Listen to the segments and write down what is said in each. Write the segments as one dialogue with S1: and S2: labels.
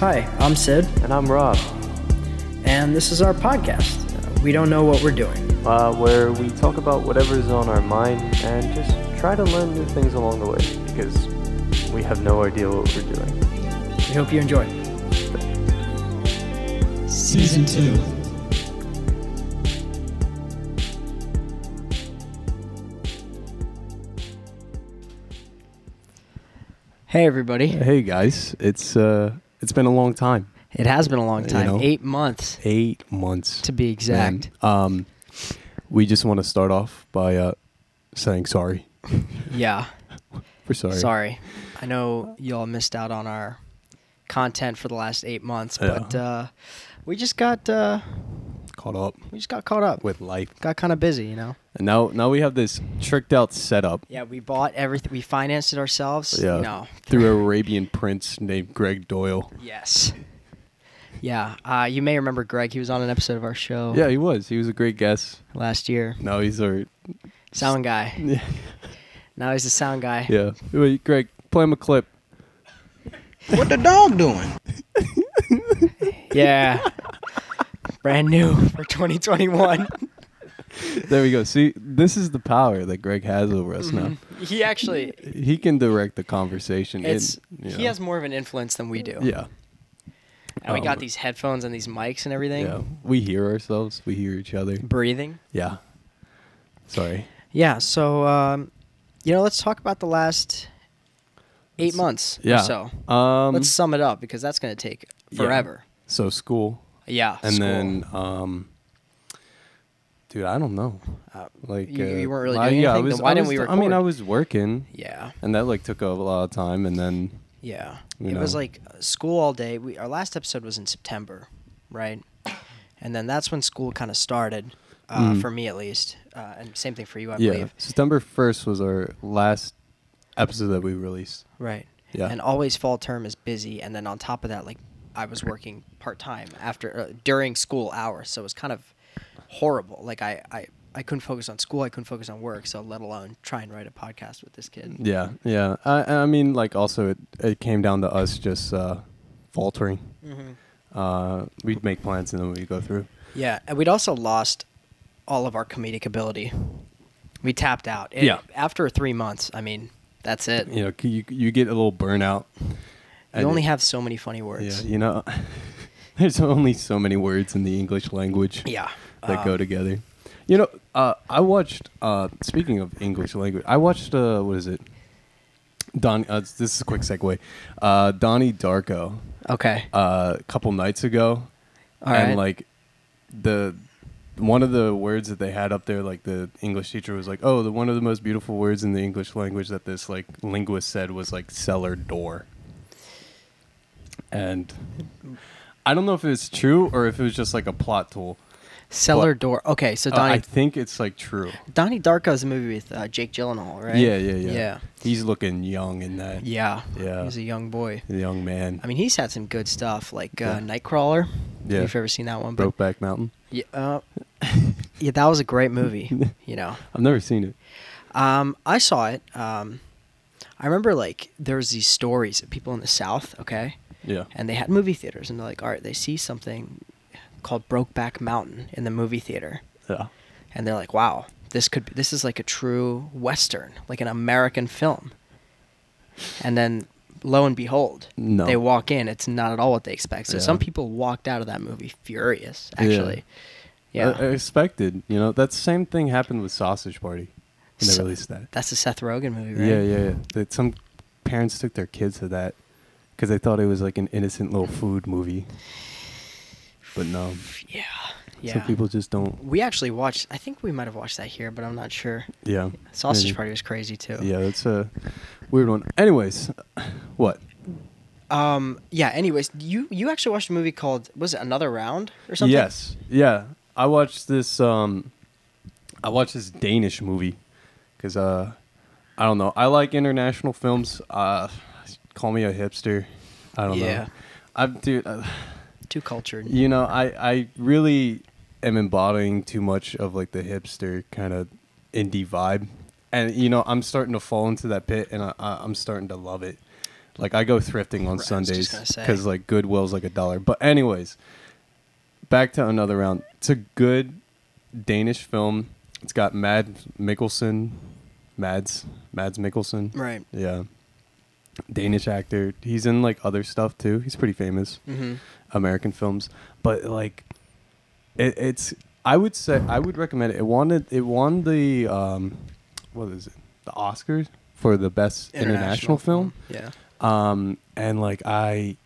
S1: I'm Sid,
S2: And I'm Rob,
S1: and this is our podcast. Uh, We don't know what we're doing.
S2: uh, where we talk about whatever's on our mind and just try to learn new things along the way because we have no idea what we're doing.
S1: We hope you enjoy.
S3: Season 2.
S1: Hey, everybody.
S4: Hey guys, it's uh, it's been a long time,
S1: It has been a long time
S4: know.
S1: eight months
S4: eight months
S1: to be exact.
S4: man. Um, we just want to start off by uh, saying sorry.
S1: Yeah.
S4: We're sorry.
S1: Sorry. I know y'all missed out on our content for the last eight months,
S4: Yeah.
S1: but uh, we just got uh,
S4: Caught up
S1: we just got caught up.
S4: with life,
S1: got kind of busy, you know.
S4: and now now we have this tricked out setup
S1: Yeah, we bought everything. We financed it ourselves.
S4: Yeah.
S1: No.
S4: through an Arabian prince named Greg Doyle.
S1: Yes. Yeah. Uh, you may remember Greg. He was on an episode of our show
S4: Yeah, he was. He was a great guest.
S1: last year.
S4: Now he's our
S1: Sound guy.
S4: yeah.
S1: Now he's the sound guy.
S4: Wait, Greg, play him a clip.
S5: What the dog doing?
S1: Yeah. Brand new for 2021.
S4: There we go. See, this is the power that Greg has over us now.
S1: he actually,
S4: He can direct the conversation. in,
S1: it's
S4: you
S1: he
S4: know.
S1: has more of an influence than we do.
S4: Yeah.
S1: And we
S4: Um,
S1: got these headphones and these mics and everything.
S4: Yeah, we hear ourselves. We hear each other.
S1: Breathing.
S4: Yeah. Sorry.
S1: Yeah. So, um, you know, let's talk about the last eight months
S4: Yeah.
S1: or so.
S4: Um.
S1: let's sum it up because that's going to take
S4: yeah.
S1: forever.
S4: So school,
S1: Yeah.
S4: and
S1: school.
S4: then um. Dude, I don't know. Like
S1: you-
S4: uh,
S1: you weren't really
S4: I-
S1: doing
S4: yeah, I
S1: anything? Then
S4: was,
S1: why
S4: I
S1: didn't
S4: was-
S1: we
S4: I mean, I
S1: record?
S4: was working,
S1: yeah.
S4: and that like took a lot of time, and then
S1: Yeah.
S4: You
S1: it was
S4: know?
S1: like uh, school all day. We our last episode was in September, right? And then that's when school kind of started, uh, for me at least, uh, and same thing for you, I
S4: Mm. yeah,
S1: believe.
S4: September first was our last episode that we released.
S1: Right.
S4: Yeah.
S1: And always fall term is busy, and then on top of that, like I was working part time after uh, during school hours, so it was kind of horrible. Like I, I I couldn't focus on school, I couldn't focus on work, so let alone try and write a podcast with this kid.
S4: Yeah, yeah. I, I mean, like also it, it came down to us just uh, faltering.
S1: Mm-hmm.
S4: Uh, we'd make plans and then we'd go through.
S1: Yeah, and we'd also lost all of our comedic ability. We tapped out. It-
S4: Yeah.
S1: After three months, I mean, that's it.
S4: you know, c- you you get a little burnout.
S1: you
S4: And
S1: only
S4: it-
S1: have so many funny
S4: yeah,
S1: words.
S4: you know, there's only so many words in the English language.
S1: Yeah.
S4: that
S1: Uh,
S4: go together. You know, uh, I watched. Uh, speaking of English language, I watched. Uh, what is it? Don. Uh, this is a quick segue. Uh, Donnie Darko.
S1: Okay.
S4: Uh, a couple nights ago,
S1: All
S4: and
S1: right.
S4: like the one of the words that they had up there, like the English teacher was like, "Oh, the one of the most beautiful words in the English language that this like linguist said was like cellar door," and I don't know if it's true or if it was just like a plot tool.
S1: Cellar
S4: what?
S1: door. Okay, so
S4: Uh, I
S1: Donnie
S4: think it's like true.
S1: Donnie Darko is a movie with uh, Jake Gyllenhaal, right?
S4: Yeah, yeah, yeah,
S1: Yeah.
S4: He's looking young in that.
S1: Yeah.
S4: Yeah.
S1: He's a young boy.
S4: the young man.
S1: I mean, he's had some good stuff like uh,
S4: Yeah.
S1: Nightcrawler.
S4: Yeah.
S1: If you've ever seen that one, but
S4: Brokeback Mountain.
S1: yeah, uh, yeah, that was a great movie. You know.
S4: I've never seen it.
S1: Um, I saw it. Um, I remember like there was these stories of people in the South, okay,
S4: Yeah.
S1: and they had movie theaters, and they're like, all right, they see something called Brokeback Mountain in the movie theater,
S4: Yeah.
S1: and they're like, wow, this could be, this is like a true Western, like an American film, and then lo and behold,
S4: No.
S1: they walk in, it's not at all what they expect. So
S4: Yeah.
S1: some people walked out of that movie furious,
S4: Yeah.
S1: actually. Yeah,
S4: I, I Uh, expected. You know, that same thing happened with Sausage Party when they
S1: So-
S4: released that.
S1: that's the Seth Rogen movie, right?
S4: Yeah, yeah, yeah. That some parents took their kids to that because they thought it was like an innocent little food movie. But no,
S1: yeah, yeah.
S4: some people just don't.
S1: We actually watched. I think we might have watched that here, but I'm not sure.
S4: Yeah,
S1: Sausage
S4: maybe.
S1: Party was crazy too.
S4: Mm-hmm. Yeah, that's a weird one. Anyways, what?
S1: Um. Yeah. Anyways, you you actually watched a movie called was it Another Round or something?
S4: Yes. Yeah. I watched this um I watched this Danish movie cuz uh I don't know. I like international films. Uh call me a hipster. I don't
S1: Yeah.
S4: know. I'm dude uh,
S1: Too cultured.
S4: you know, I I really am embodying too much of like the hipster kind of indie vibe. And you know, I'm starting to fall into that pit and I, I I'm starting to love it. Like I go thrifting on
S1: was just
S4: Sundays
S1: gonna say.
S4: because like Goodwill's like a dollar. But anyways, back to another round. It's a good Danish film. It's got Mad Mikkelsen, Mads Mads Mikkelsen.
S1: Right.
S4: Yeah. Danish actor. He's in like other stuff too. He's pretty famous.
S1: Mm-hmm.
S4: American films, but like, it, it's I would say I would recommend it. It won it, it won the um, what is it? The Oscars for the best international, film.
S1: Yeah.
S4: Um, and like I,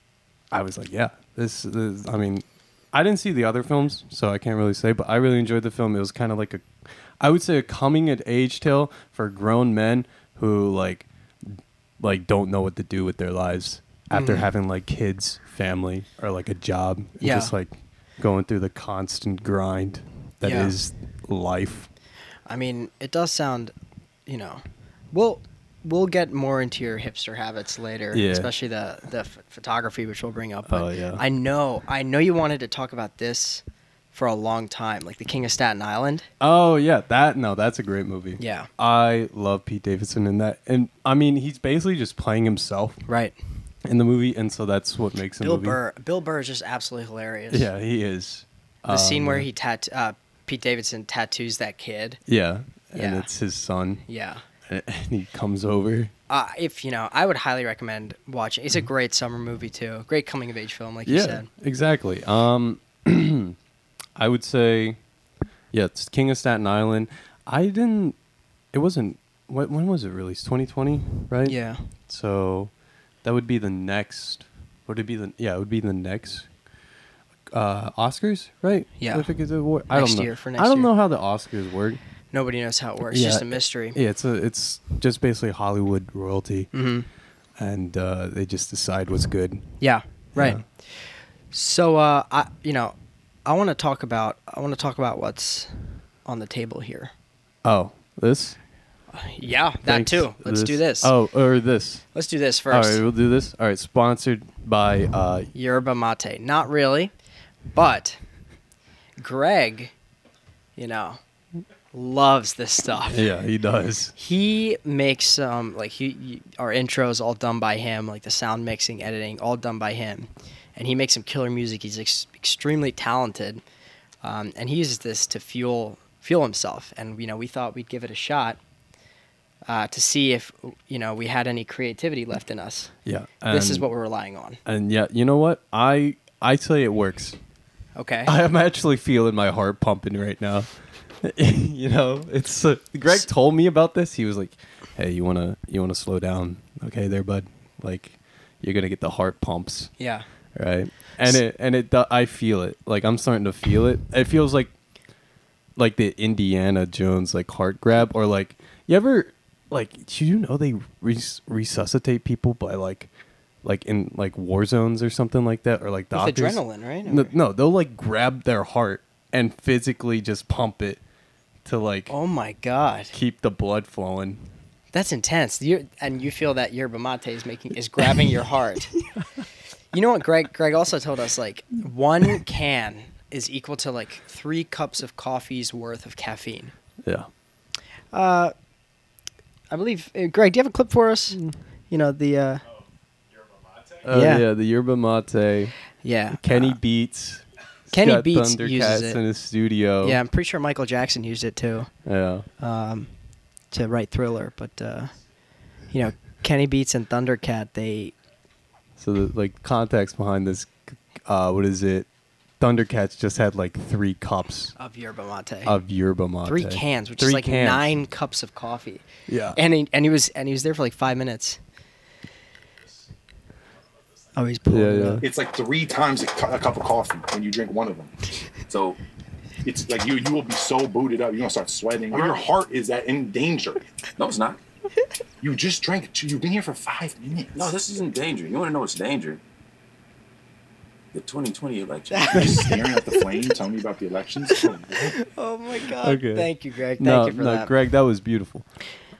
S4: I was like, yeah, this, this. I mean, I didn't see the other films, so I can't really say. But I really enjoyed the film. It was kind of like a, I would say a coming of age tale for grown men who like, like don't know what to do with their lives after
S1: Mhm.
S4: having like kids, family, or like a job. and
S1: Yeah.
S4: Just like going through the constant grind that is
S1: Yeah.
S4: life.
S1: I mean, it does sound, you know, we'll we'll get more into your hipster habits later,
S4: Yeah.
S1: especially the the ph photography, which we'll bring up.
S4: Oh, yeah.
S1: I know, I know, you wanted to talk about this for a long time, like the King of Staten Island.
S4: Oh yeah, that no, that's a great movie.
S1: Yeah.
S4: I love Pete Davidson in that, and I mean he's basically just playing himself
S1: Right.
S4: in the movie, and so that's what makes him.
S1: Bill Burr. Bill Burr is just absolutely hilarious.
S4: Yeah, he is.
S1: The scene where
S4: Um,
S1: he tat uh, Pete Davidson tattoos that kid.
S4: Yeah, and
S1: Yeah.
S4: it's his son,
S1: Yeah.
S4: and he comes over.
S1: Uh, if you know, I would highly recommend watching. It's a great summer movie too. Great coming of age film, like you
S4: Mm-hmm. yeah,
S1: said.
S4: exactly. Um, I would say, yeah, it's King of Staten Island. I didn't. It wasn't. What, when was it released? 2020, right?
S1: Yeah.
S4: So that would be the next. Would it be the yeah? It would be the next uh, Oscars, right?
S1: Yeah.
S4: I think it's award. I
S1: Next
S4: don't know.
S1: year, for
S4: I
S1: next
S4: don't
S1: year.
S4: know how the Oscars work.
S1: Nobody knows how it works.
S4: Yeah.
S1: Just a mystery.
S4: Yeah, it's a it's just basically Hollywood royalty,
S1: hmm
S4: and uh, they just decide what's good.
S1: Yeah. Right.
S4: Yeah.
S1: So uh, I, you know, I want to talk about I want to talk about what's on the table here.
S4: Oh, this
S1: Yeah, that
S4: Thanks.
S1: too. Let's do this.
S4: Oh, or this.
S1: Let's do this
S4: All
S1: first.
S4: right, we'll do this. All right, sponsored by uh,
S1: Yerba mate. Not really, but Greg, you know, loves this stuff.
S4: yeah, he does.
S1: He makes some like he, he our intros all done by him, like the sound mixing, editing, all done by him, and he makes some killer music. He's ex- extremely talented, um, and he uses this to fuel fuel himself. And you know, we thought we'd give it a shot uh, to see if you know we had any creativity left in us.
S4: Yeah,
S1: this is
S4: and-
S1: what we're relying on.
S4: And yeah, you know what? I I say it works.
S1: Okay.
S4: I am actually feeling my heart pumping right now. you know, it's uh, Greg told me about this. He was like, "Hey, you wanna you wanna slow down, okay, there, bud? Like, you're gonna get the heart pumps,
S1: yeah.
S4: right?" And it and it do- I feel it. Like I'm starting to feel it. It feels like like the Indiana Jones like heart grab, or like you ever like do you know they res- resuscitate people by like like in like war zones or something like that, or like
S1: With
S4: doctors
S1: adrenaline, right?
S4: no,
S1: Or-
S4: no, they'll like grab their heart and physically just pump it to like
S1: Oh my god,
S4: keep the blood flowing.
S1: that's intense. You and you feel that yerba mate is making is grabbing your heart. You know what, Greg? Greg also told us like one can is equal to like three cups of coffee's worth of caffeine.
S4: Yeah.
S1: I believe, uh, Greg. Do you have a clip for us? You know the uh,
S4: Uh,
S1: Yeah.
S4: yeah. The yerba mate.
S1: yeah
S4: Kenny Beats. He's
S1: Kenny
S4: got
S1: Beats
S4: Thundercats
S1: uses it.
S4: in his studio.
S1: yeah. I'm pretty sure Michael Jackson used it too
S4: Yeah.
S1: um, to write Thriller, but uh, you know Kenny Beats and Thundercat they
S4: So the like context behind this, uh, what is it? Thundercats just had like three cups
S1: of yerba mate.
S4: of yerba mate.
S1: three cans, which
S4: Three
S1: is like
S4: cans.
S1: nine cups of coffee.
S4: Yeah.
S1: And he, and he was and he was there for like five minutes. Oh, he's pulling
S4: Yeah,
S1: it
S4: yeah.
S1: up.
S3: it's like three times a, cu- a cup of coffee when you drink one of them. So it's like you you will be so booted up, you're gonna start sweating. Your heart is at in danger.
S6: No, it's not.
S3: You just drank. two- You've been here for five minutes.
S6: No, this isn't danger. You want to know what's danger? The 2020 election.
S3: You're just staring at the flame. Tell me about the elections. Oh,
S1: Oh my god!
S4: Okay.
S1: Thank you, Greg. Thank
S4: no,
S1: you for
S4: no,
S1: that.
S4: Greg, that was beautiful.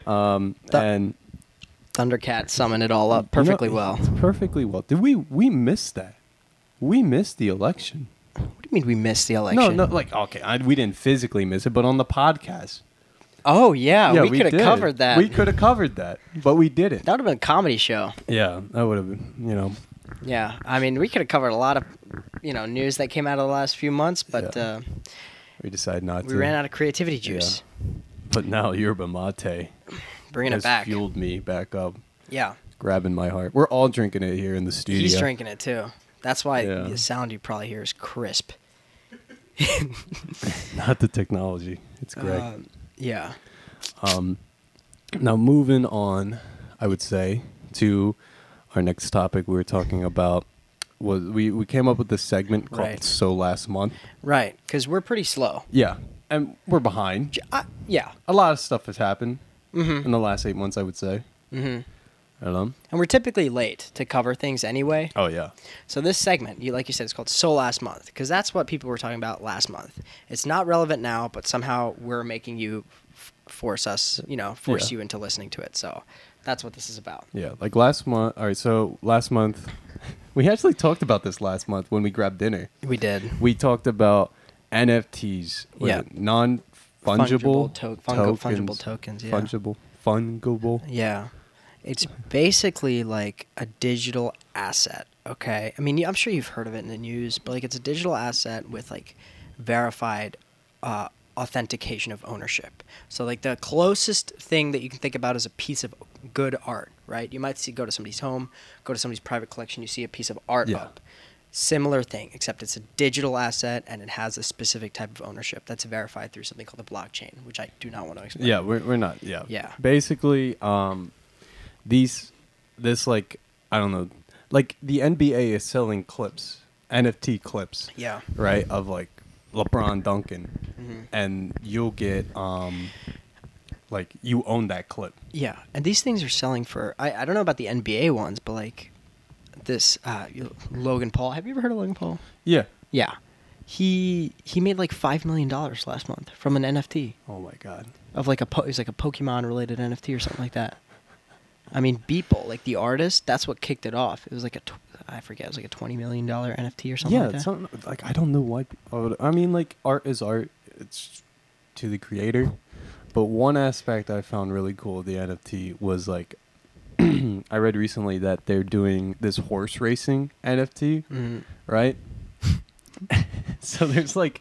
S4: Um,
S1: That-
S4: and
S1: Thundercat summing it all up perfectly
S4: You know,
S1: well.
S4: It's
S1: What
S4: perfectly well. Did we we missed that? We missed the election.
S1: do you mean we missed the election?
S4: No, no, like okay, I, we didn't physically miss it, but on the podcast,
S1: Oh yeah, we, could have
S4: did.
S1: covered that.
S4: We could have covered that, but we didn't.
S1: That would have been a comedy show.
S4: yeah, that would have been, you know,
S1: Yeah, I mean, we could have covered a lot of, you know, news that came out of the last few months, but
S4: Yeah.
S1: uh,
S4: we decided not
S1: we
S4: to.
S1: ran out of creativity juice.
S4: But now yerba mate
S1: Bringing
S4: has
S1: it back.
S4: fueled me back up,
S1: Yeah,
S4: grabbing my heart. We're all drinking it here in the studio.
S1: he's drinking it too. That's why
S4: Yeah.
S1: the sound you probably hear is crisp.
S4: Not the technology. It's Greg.
S1: Um, yeah.
S4: Now, moving on, I would say to our next topic we were talking about was we, we came up with this segment called
S1: Right.
S4: So Last Month.
S1: Right, because we're pretty slow.
S4: Yeah. And we're behind.
S1: J- Mm-hmm. I, yeah,
S4: A lot of stuff has happened in the last eight months, I would say. Mm-hmm. Um,
S1: and we're typically late to cover things anyway.
S4: oh, yeah.
S1: So this segment, you like you said, it's called "So Last Month" because that's what people were talking about last month. It's not relevant now, but somehow we're making you f- force us, you know, force
S4: Yeah.
S1: you into listening to it. So that's what this is about.
S4: Yeah. Like last month. All right. So last month, we actually talked about this last month when we grabbed dinner.
S1: We did.
S4: We talked about NFTs. was
S1: Yeah.
S4: it Non fungible
S1: Fungible to- fungi- fungible tokens, yeah.
S4: Fungible. Fungible.
S1: Yeah. It's basically like a digital asset, okay? I mean, you- I'm sure you've heard of it in the news, but like it's a digital asset with like verified uh, authentication of ownership. So like the closest thing that you can think about is a piece of good art, right? You might see go to somebody's home, go to somebody's private collection, you see a piece of art
S4: Yeah.
S1: up. Similar thing, except it's a digital asset and it has a specific type of ownership that's verified through something called the blockchain, which I do not want to explain.
S4: Yeah, we're, we're not. Yeah.
S1: Yeah.
S4: Basically, um, these, this like, I don't know, like the NBA is selling clips, NFT clips.
S1: Yeah. Mm-hmm.
S4: Right of like LeBron Duncan, and you'll get um, like you own that clip.
S1: Yeah, and these things are selling for I, I don't know about the NBA ones, but like this uh, Logan Paul. Have you ever heard of Logan Paul?
S4: Yeah.
S1: Yeah, he he made like five million dollars last month from an NFT
S4: Oh my god.
S1: of like a po- it was like a Pokemon related NFT or something like that. I mean, Beeple, like the artist, that's what kicked it off. It was like a tw- I forget, it was like a twenty million dollar NFT or something
S4: yeah.
S1: like that.
S4: it's not- like I don't know why. I would- I mean, like art is art. It's to the creator. But one aspect I found really cool of the NFT was like I read recently that they're doing this horse racing NFT, right? so there's like,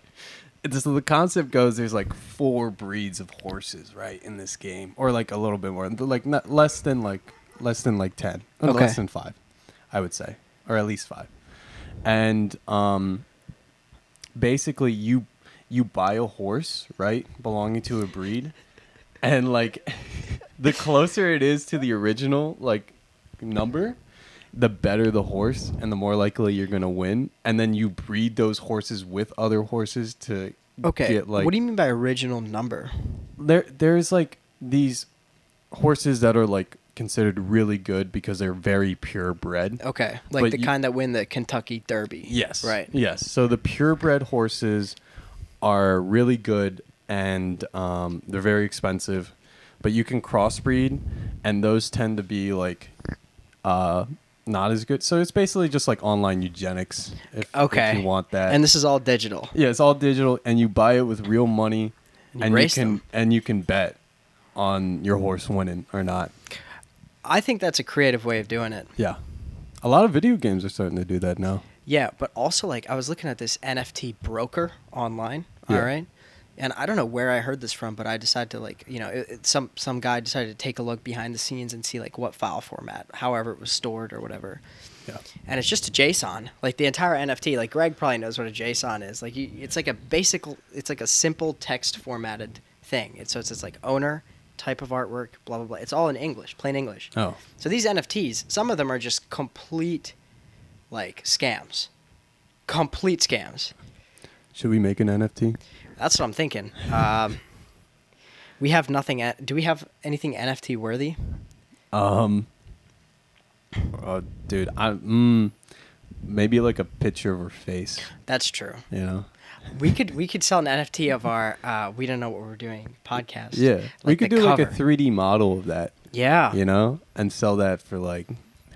S4: this, the concept goes there's like four breeds of horses, right, in this game, or like a little bit more, but, like not less than like less than like ten, or
S1: Okay.
S4: less than five, I would say, or at least five, and um, basically you you buy a horse, right, belonging to a breed, and like the closer it is to the original like number the better the horse and the more likely you're going to win and then you breed those horses with other horses to
S1: okay,
S4: get like
S1: what do you mean by original number?
S4: there there's like these horses that are like considered really good because they're very purebred
S1: Okay, like
S4: But
S1: the
S4: you-
S1: kind that win the Kentucky Derby.
S4: Yes.
S1: right.
S4: Yes. So the purebred horses are really good and um, they're very expensive, but you can crossbreed, and those tend to be like uh, not as good. So it's basically just like online eugenics. If, if
S1: Okay,
S4: you want that.
S1: and this is all digital.
S4: yeah, it's all digital, and you buy it with real money,
S1: You
S4: and you
S1: race
S4: can
S1: them.
S4: and you can bet on your horse winning or not.
S1: I think that's a creative way of doing it.
S4: Yeah. A lot of video games are starting to do that now.
S1: Yeah, but also like I was looking at this NFT broker online.
S4: Yeah.
S1: All right. And I don't know where I heard this from, but I decided to like, you know, it, it- some some guy decided to take a look behind the scenes and see like what file format, however it was stored or whatever.
S4: Yeah.
S1: And it's just a JSON, like the entire NFT. Like Greg probably knows what a JSON is. Like you, it's like a basic, it's like a simple text formatted thing. It's so it's, it's like owner, type of artwork, blah blah blah. It's all in English, plain English.
S4: Oh.
S1: So these NFTs, some of them are just complete like scams. Complete scams.
S4: Should we make an NFT?
S1: That's what I'm thinking. Um, we have nothing at, do we have anything NFT worthy?
S4: Um. Oh, dude, I mm, maybe like a picture of her face.
S1: That's true.
S4: You know.
S1: We could we could sell an NFT of our uh, we don't know what we're doing podcast.
S4: Yeah, we
S1: Like
S4: could
S1: the
S4: do like a
S1: cover. Ah.
S4: 3D model of that.
S1: Yeah.
S4: You know, and sell that for like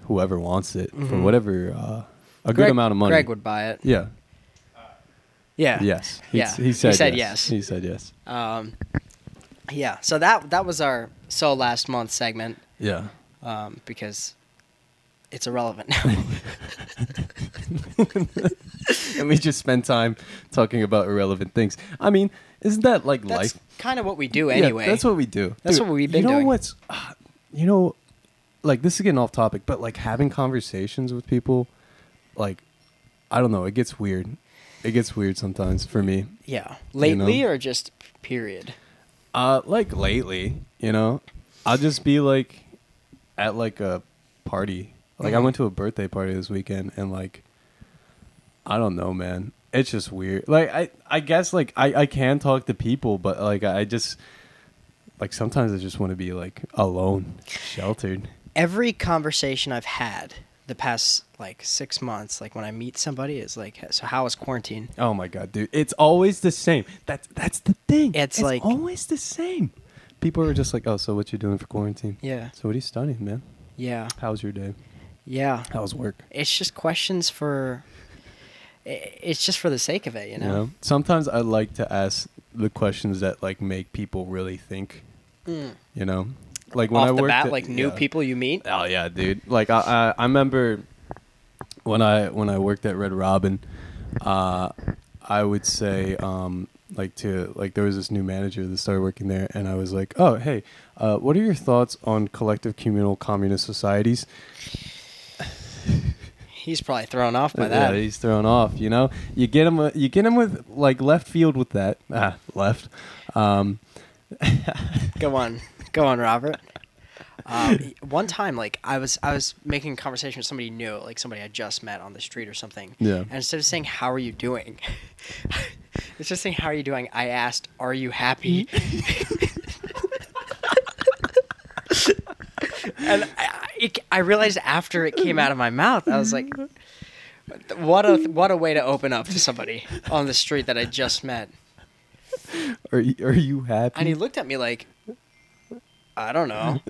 S4: whoever wants it for whatever uh, a
S1: Mm-hmm. Greg,
S4: good amount of money.
S1: Greg would buy it.
S4: Yeah.
S1: Yeah.
S4: Yes. He,
S1: Yeah.
S4: He said,
S1: he said Ah.
S4: yes.
S1: yes.
S4: He said yes.
S1: Yeah. So that that was our so last month segment
S4: Yeah.
S1: um, because it's irrelevant now.
S4: and we just spend time talking about irrelevant things. I mean, isn't that like
S1: that's
S4: life?
S1: kind of what we do
S4: Yeah,
S1: anyway.
S4: that's what we do.
S1: That's what we've been
S4: You know
S1: doing.
S4: what's, ah, you know, like this is getting off topic, but like having conversations with people, like, I don't know, it gets weird. It gets weird sometimes for me.
S1: yeah. Lately
S4: know?
S1: or just period.
S4: Uh, like lately, you know, I'll just be like at like a party. Like
S1: Mm-hmm.
S4: I went to a birthday party this weekend, and like I don't know, man. It's just weird. Like I, I guess like I, I can talk to people, but like I just like sometimes I just want to be like alone, sheltered.
S1: Every conversation I've had the past like six months, like when I meet somebody, is like, so how was quarantine?
S4: Oh my god, dude! It's always the same. That's that's the thing.
S1: It's like-
S4: always the same. People are just like, oh, so what you doing for quarantine?
S1: Yeah.
S4: So what are you studying, man?
S1: Yeah.
S4: How's your day?
S1: Yeah.
S4: How's work?
S1: It's just questions for. i- It's just for the sake of it, you know.
S4: Yeah. Sometimes I like to ask the questions that like make people really think. You know, like when
S1: Hmm. Off
S4: I
S1: the
S4: worked
S1: bat,
S4: at-
S1: like new
S4: yeah.
S1: people you meet.
S4: Oh yeah, dude. Like I, I, I remember when I when I worked at Red Robin, uh, I would say um, like to like there was this new manager that started working there, and I was like, oh hey, uh, what are your thoughts on collective communal communist societies?
S1: He's probably thrown off by
S4: yeah,
S1: that.
S4: he's thrown off. You know, you get him. uh, You get him with like left field with that. Ah, left. Um,
S1: go on go on robert um, one time like i was i was making a conversation with somebody new like somebody i just met on the street or something
S4: Yeah.
S1: and instead of saying how are you doing instead of saying how are you doing i asked are you happy and I, I- it, I realized after it came out of my mouth i was like what a what a way to open up to somebody on the street that i just met
S4: Are you, are you happy?
S1: and he looked at me like i don't know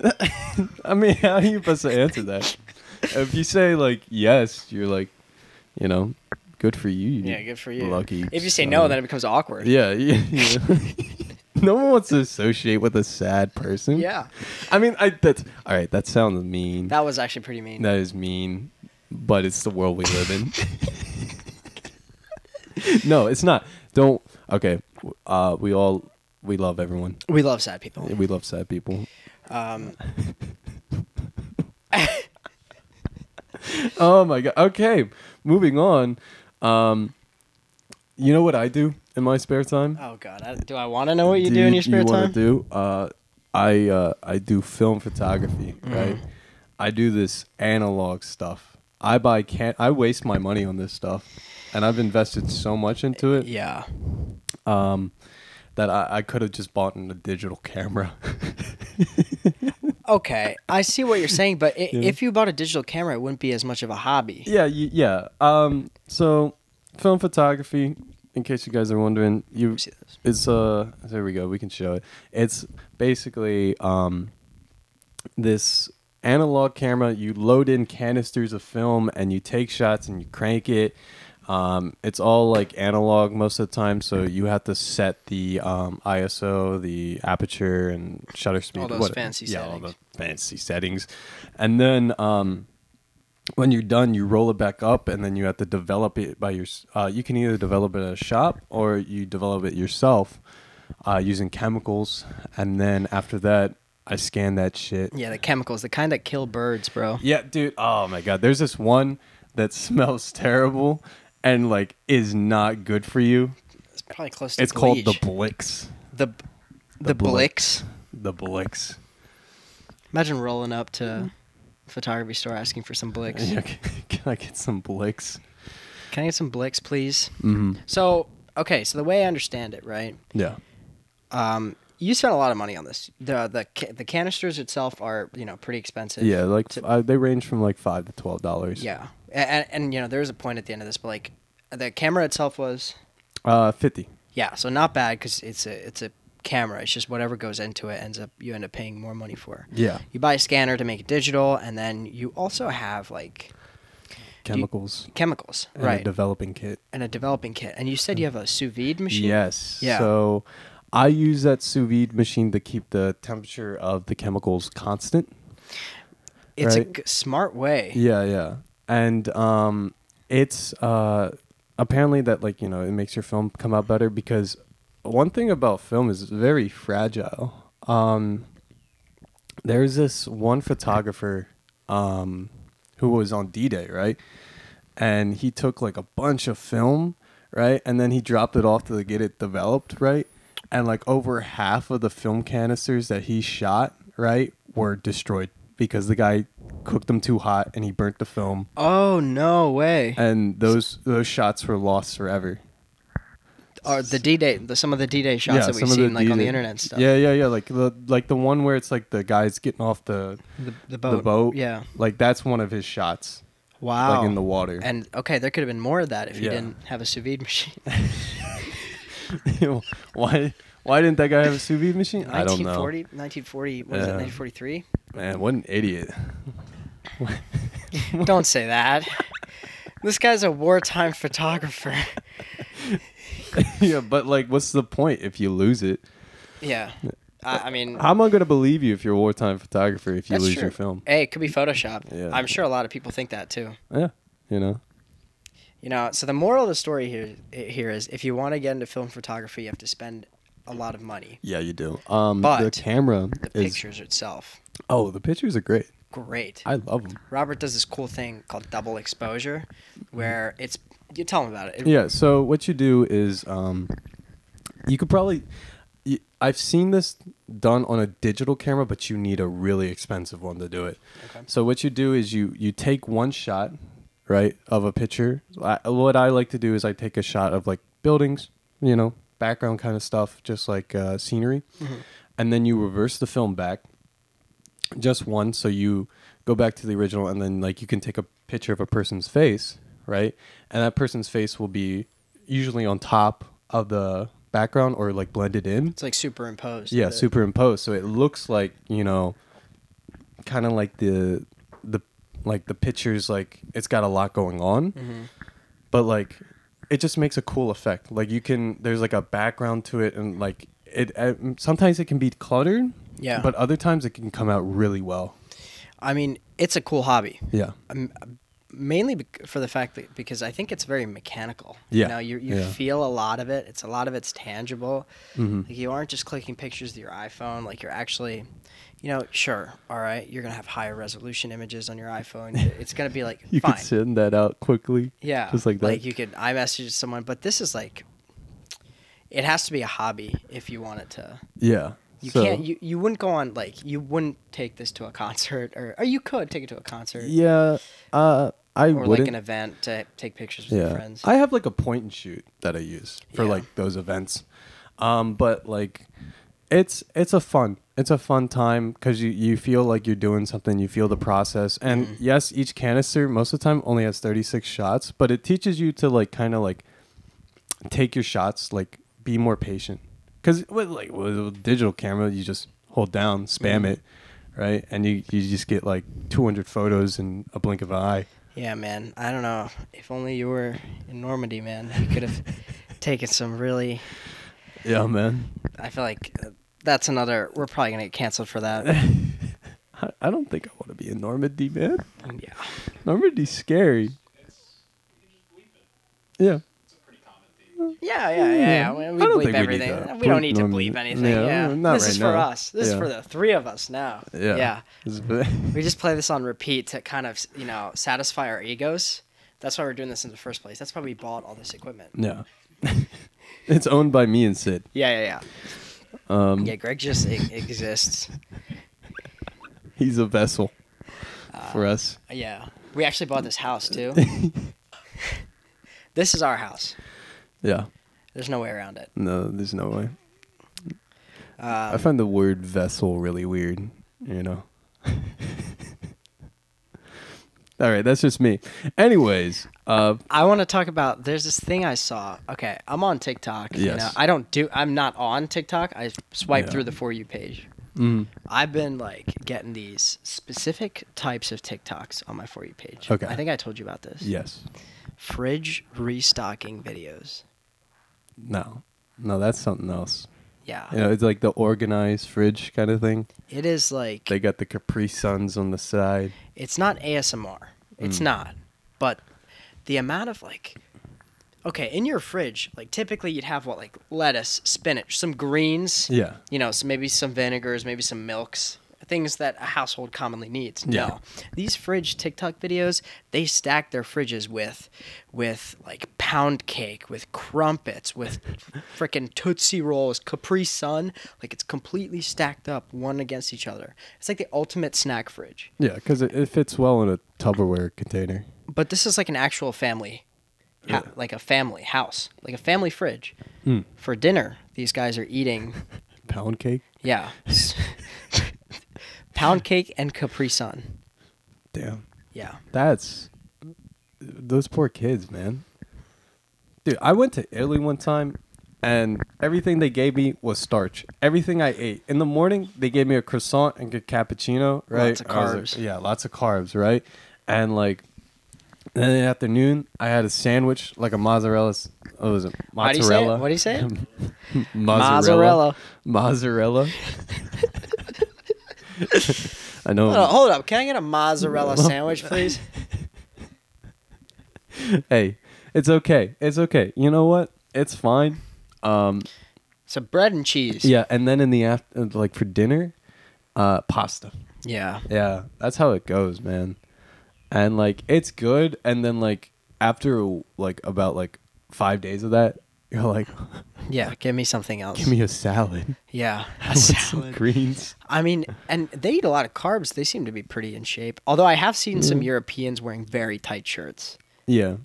S4: I mean, how are you supposed to answer that? if you say like yes, you're like, you know, good for you. you
S1: Yeah, good for you.
S4: Lucky.
S1: If you say no,
S4: son.
S1: then it becomes awkward.
S4: yeah, yeah. yeah. no one wants to associate with a sad person.
S1: Yeah.
S4: I mean, I that's all right. That sounds mean.
S1: That was actually pretty mean.
S4: that is mean, but it's the world we live in. no, it's not. Don't. Okay. Uh, we all we love everyone.
S1: We love sad people.
S4: We love sad people.
S1: Um,
S4: Oh my god. Okay, moving on. Um, you know what I do in my spare time?
S1: oh God, I, do I want to know what you do, in your spare
S4: wanna
S1: time?
S4: Do uh, I uh, I do film photography,
S1: Mm.
S4: right? I do this analog stuff. I buy can I waste my money on this stuff, and I've invested so much into it um,
S1: Yeah,
S4: that I, I could have just bought a digital camera.
S1: okay, I see what you're saying, but i
S4: Yeah.
S1: if you bought a digital camera, it wouldn't be as much of a hobby.
S4: Yeah, you, yeah. Um, so film photography. In case you guys are wondering, you
S1: see this.
S4: it's uh there we go. We can show it. It's basically um this analog camera. You load in canisters of film and you take shots and you crank it. Um, it's all like analog most of the time, so you have to set the um, ISO, the aperture, and shutter speed.
S1: those
S4: what-
S1: fancy
S4: yeah, all
S1: settings.
S4: the fancy settings, and then um, when you're done, you roll it back up, and then you have to develop it by your. Uh, you can either develop it at a shop or you develop it yourself uh, using chemicals, and then after that, I scan that shit.
S1: Yeah, the chemicals, the kind that kill birds, bro.
S4: Yeah, dude. Oh my god. There's this one that smells terrible and like is not good for you.
S1: It's probably close to.
S4: It's called the
S1: bleach.
S4: Blix.
S1: the b- the,
S4: blix.
S1: blix.
S4: The Blix.
S1: Imagine rolling up to a photography store asking for some blix.
S4: Mm-hmm. Yeah, Can I get some Blix?
S1: Can I get some blix, please? Mm-hmm. So okay, so the way I understand it, right?
S4: Yeah.
S1: Um, you spent a lot of money on this. the the ca- The canisters itself are you know pretty expensive.
S4: Yeah, like
S1: To-
S4: uh, they range from like five to twelve dollars.
S1: yeah, and, and you know there was a point at the end of this, but like the camera itself was
S4: Uh, fifty.
S1: yeah, so not bad because it's a it's a camera. It's just whatever goes into it ends up you end up paying more money for.
S4: Yeah.
S1: You buy a scanner to make it digital, and then you also have like
S4: Chemicals.
S1: chemicals,
S4: and a Mm.
S1: right?
S4: developing kit.
S1: and a developing kit. And you said you have a sous vide machine.
S4: Yes.
S1: Yeah.
S4: So I use that sous vide machine to keep the temperature of the chemicals constant.
S1: It's a
S4: Right.
S1: g- smart way.
S4: Yeah, yeah. And um, it's uh, apparently that like you know it makes your film come out better because one thing about film is it's very fragile. Um, there's this one photographer um, who was on D-Day, right? And he took like a bunch of film, right? And then he dropped it off to get it developed, right? And like over half of the film canisters that he shot, right, were destroyed because the guy cooked them too hot and he burnt the film
S1: Oh no way!
S4: and those those shots were lost forever.
S1: Or the D Day, the, some of the D Day shots that we've
S4: some of the
S1: seen like on the
S4: D-Day
S1: internet and stuff.
S4: Yeah, yeah, yeah. Like the like the one where it's like the guy's getting off the
S1: the, the boat.
S4: the boat.
S1: Yeah.
S4: like that's one of his shots.
S1: Wow.
S4: like in the water.
S1: And okay, there could have been more of that if you
S4: Yeah.
S1: didn't have a sous vide machine.
S4: why why didn't that guy have a sous vide machine? I don't know.
S1: 1940, 1940, what is
S4: Yeah.
S1: it, 1943?
S4: Man, what an idiot.
S1: Don't say that. This guy's a wartime photographer.
S4: yeah, but like, what's the point if you lose it?
S1: Yeah. I, I mean,
S4: How am I gonna believe you if you're a wartime photographer if you
S1: that's
S4: lose
S1: true.
S4: your film?
S1: Hey, it could be Photoshop.
S4: Yeah.
S1: I'm sure a lot of people think that too.
S4: Yeah, you know.
S1: You know, so the moral of the story here here is if you want to get into film photography, you have to spend a lot of money.
S4: Yeah, you do. Um, the
S1: But
S4: camera
S1: The
S4: is.
S1: pictures itself,
S4: Oh, the pictures are great.
S1: great.
S4: I love them.
S1: Robert does this cool thing called double exposure, where it's you tell him about it. It-
S4: Yeah. So what you do is, um, you could probably. y- I've seen this done on a digital camera, but you need a really expensive one to do it. So what you do is you you take one shot, right, of a picture. I, what I like to do is I take a shot of like buildings, you know, background kind of stuff, just like uh, scenery, and then you reverse the film back, just one so you go back to the original and then like you can take a picture of a person's face right and that person's face will be usually on top of the background or like blended in
S1: It's like superimposed.
S4: yeah
S1: The-
S4: superimposed so it looks like you know kind of like the the like the pictures like it's got a lot going on
S1: Mm-hmm.
S4: but like it just makes a cool effect like you can there's like a background to it and like it uh, sometimes it can be cluttered
S1: Yeah.
S4: but other times it can come out really well
S1: I mean, it's a cool hobby.
S4: yeah
S1: mainly bec- for the fact that because I think it's very mechanical.
S4: Yeah,
S1: You know, you, you
S4: yeah. Mm-hmm.
S1: feel a lot of it. It's a lot of it's tangible. Like you aren't just clicking pictures with your iPhone. Like you're actually, you know, sure, all right, you're gonna have higher resolution images on your iPhone. It's gonna be like
S4: You
S1: fine.
S4: could send that out quickly.
S1: yeah,
S4: Just like that.
S1: Like you could iMessage someone, but this is like, it has to be a hobby if you want it to.
S4: yeah.
S1: You
S4: So-
S1: can't. You, you wouldn't go on like you wouldn't take this to a concert or or you could take it to a concert.
S4: yeah. Uh, I
S1: Or
S4: wouldn't.
S1: like an event to take pictures with your
S4: yeah.
S1: friends.
S4: I have like a point and shoot that I use for
S1: Yeah.
S4: like those events. Um, but like, it's it's a fun it's a fun time because you you feel like you're doing something. You feel the process. And
S1: Mm-hmm.
S4: yes, each canister most of the time only has 36 shots, but it teaches you to like kind of like take your shots. Like be more patient. Because with like with a digital camera, you just hold down,
S1: Mm-hmm.
S4: spam it, right? And you, you just get like 200 photos in a blink of an eye.
S1: Yeah, man. I don't know. If only you were in Normandy, man. You could have taken some really.
S4: Yeah, man.
S1: I feel like uh, that's another. We're probably gonna get canceled for that.
S4: I, I don't think I want to be in Normandy, man.
S1: yeah.
S4: Normandy's scary. Yeah.
S1: Yeah, yeah, yeah. yeah. We, we
S4: I
S1: bleep
S4: don't think we need
S1: everything.
S4: to
S1: we don't
S4: bleep
S1: need to
S4: Normandy.
S1: bleep anything.
S4: Yeah,
S1: Yeah.
S4: not
S1: this
S4: right
S1: is for
S4: now.
S1: us. This is
S4: Yeah.
S1: for the three of us now.
S4: Yeah.
S1: Yeah.
S4: Yeah.
S1: We just play this on repeat to kind of you know satisfy our egos. That's why we're doing this in the first place. That's why we bought all this equipment.
S4: yeah. it's owned by me and Sid.
S1: Yeah, yeah, yeah.
S4: Um,
S1: yeah, Greg just e- exists.
S4: He's a vessel for us.
S1: Yeah. We actually bought this house too. this is our house.
S4: Yeah.
S1: There's no way around it.
S4: No, there's no way. I find the word vessel really weird, you know. All right, that's just me. Anyways, uh,
S1: I want to talk about there's this thing I saw. Okay, I'm on TikTok. You
S4: Yes.
S1: know, I don't do I'm not on TikTok. I swipe
S4: Yeah.
S1: through the for you page.
S4: mm,
S1: I've been like getting these specific types of TikToks on my for you page.
S4: Okay.
S1: I think I told you about this.
S4: yes.
S1: Fridge restocking videos.
S4: No. No, that's something else.
S1: Yeah.
S4: You know, it's like the organized fridge kind of thing.
S1: It is like
S4: They got the Capri Suns on the side.
S1: it's not ASMR. It's
S4: Hmm.
S1: not. But the amount of like okay, in your fridge, like typically you'd have what like lettuce, spinach, some greens.
S4: Yeah.
S1: You know, so maybe some vinegars, maybe some milks. Things that a household commonly needs.
S4: Yeah.
S1: No. These fridge TikTok videos, they stack their fridges with with like pound cake, with crumpets, with freaking Tootsie Rolls, Capri Sun. Like it's completely stacked up one against each other. It's like the ultimate snack fridge.
S4: Yeah, because it, it fits well in a Tupperware container.
S1: But this is like an actual family, ha- like a family house, like a family fridge.
S4: Hmm.
S1: For dinner, these guys are eating,
S4: Pound cake?
S1: yeah, s- pound cake and Capri Sun.
S4: Damn.
S1: Yeah,
S4: That's those poor kids, man. Dude, I went to Italy one time and everything they gave me was starch. Everything I ate. In the morning, they gave me a croissant and a cappuccino, right?
S1: Lots of
S4: I was like-
S1: carbs.
S4: yeah, lots of carbs, right? And like then in the afternoon, I had a sandwich like a mozzarella. s- What was it?
S1: How do you say it?
S4: Mozzarella.
S1: What do you say it?
S4: mozzarella. Mozzarella. I know.
S1: Oh, hold up. Can I get a mozzarella sandwich, please?
S4: hey, it's okay. It's okay. You know what? It's fine.
S1: Some bread and cheese.
S4: Yeah, and then in the after, like for dinner, uh, pasta.
S1: yeah.
S4: Yeah, that's how it goes, man. And like it's good, and then like after like about like five days of that, you're like,
S1: Yeah, Give me something else.
S4: give me a salad,
S1: yeah, a
S4: with some
S1: salad.
S4: greens.
S1: I mean, and they eat a lot of carbs. They seem to be pretty in shape. Although I have seen some Europeans wearing very tight shirts.
S4: Yeah,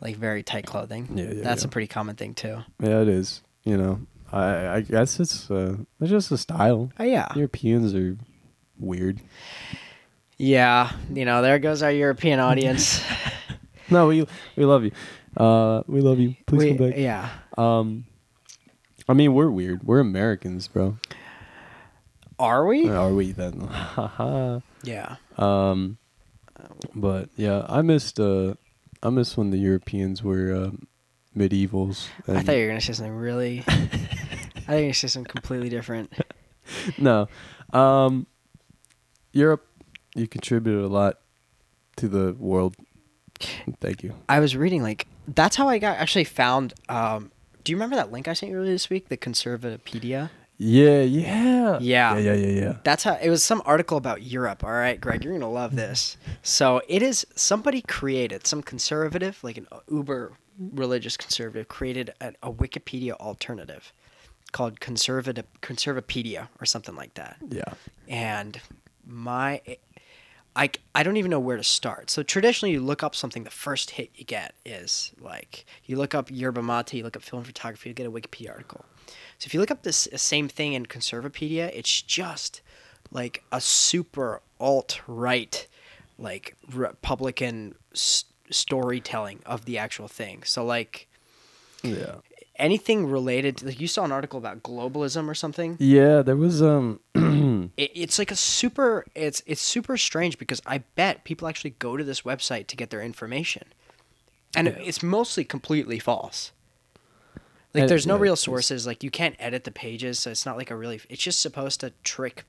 S1: like very tight clothing.
S4: Yeah, yeah,
S1: That's a
S4: yeah.
S1: pretty common thing too.
S4: yeah, it is. You know, I I guess it's uh, it's just a style.
S1: Oh, yeah.
S4: Europeans are weird.
S1: Yeah, you know, there goes our European audience.
S4: No, we we love you. Uh, we love you. Please
S1: we,
S4: come back.
S1: yeah.
S4: I mean, we're weird. We're Americans, bro.
S1: Are we?
S4: Are we then? Haha.
S1: Yeah.
S4: but yeah, I missed. Uh, I missed when the Europeans were uh, medievals.
S1: I
S4: and-
S1: thought you were gonna say something really. I think you're gonna say something completely different.
S4: no, um, Europe, you contributed a lot to the world. Thank you.
S1: I was reading like that's how I got actually found. Um, do you remember that link I sent you earlier this week, the Conservatopedia?
S4: Yeah,
S1: Yeah.
S4: yeah, yeah, yeah, yeah. yeah.
S1: That's how it was some article about Europe. All right, Greg, you're gonna love this. So it is somebody created some conservative, like an uber religious conservative, created a, a Wikipedia alternative called Conservative Conservapedia or something like that.
S4: Yeah.
S1: And my, I I don't even know where to start. So traditionally, you look up something. The first hit you get is like you look up yerba mate, you look up film photography, you get a Wikipedia article. So if you look up this same thing in Conservapedia, it's just like a super alt right, like Republican s- storytelling of the actual thing. So like
S4: Yeah.
S1: anything related, to, like you saw an article about globalism or something.
S4: Yeah, there was um
S1: it, it's like a super it's it's super strange because i bet people actually go to this website to get their information and it's mostly completely false like
S4: And-
S1: there's no
S4: yeah,
S1: real
S4: it's-
S1: sources like you can't edit the pages so it's not like a really it's just supposed to trick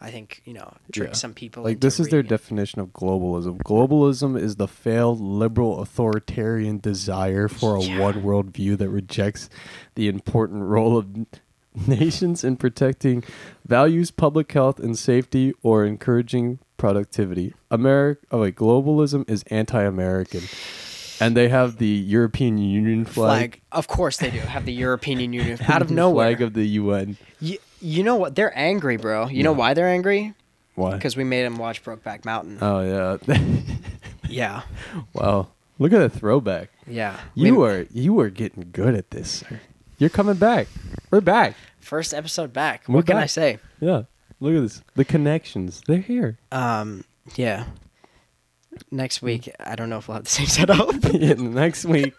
S1: i think you know trick
S4: yeah.
S1: some people
S4: Like
S1: into
S4: this is their
S1: reading it.
S4: definition of globalism. Globalism is the failed liberal authoritarian desire for a
S1: Yeah.
S4: one world view that rejects the important role of n- nations in protecting values, public health and safety or encouraging productivity. America oh wait, globalism is anti-American. And they have the European Union
S1: flag.
S4: flag,
S1: of course they do have the european union out of
S4: the
S1: nowhere
S4: flag of the UN.
S1: you, you know what they're angry bro you know why they're angry
S4: Why?
S1: because we made them watch brokeback mountain
S4: Oh yeah.
S1: yeah
S4: wow. Look at the throwback.
S1: yeah
S4: You
S1: We-
S4: are you are getting good at this, sir. You're coming back. We're back.
S1: first episode back
S4: We're
S1: what can i
S4: back.
S1: say
S4: Yeah. Look at this. The connections. They're here.
S1: Um, yeah. Next week, I don't know if we'll have the same setup.
S4: And next week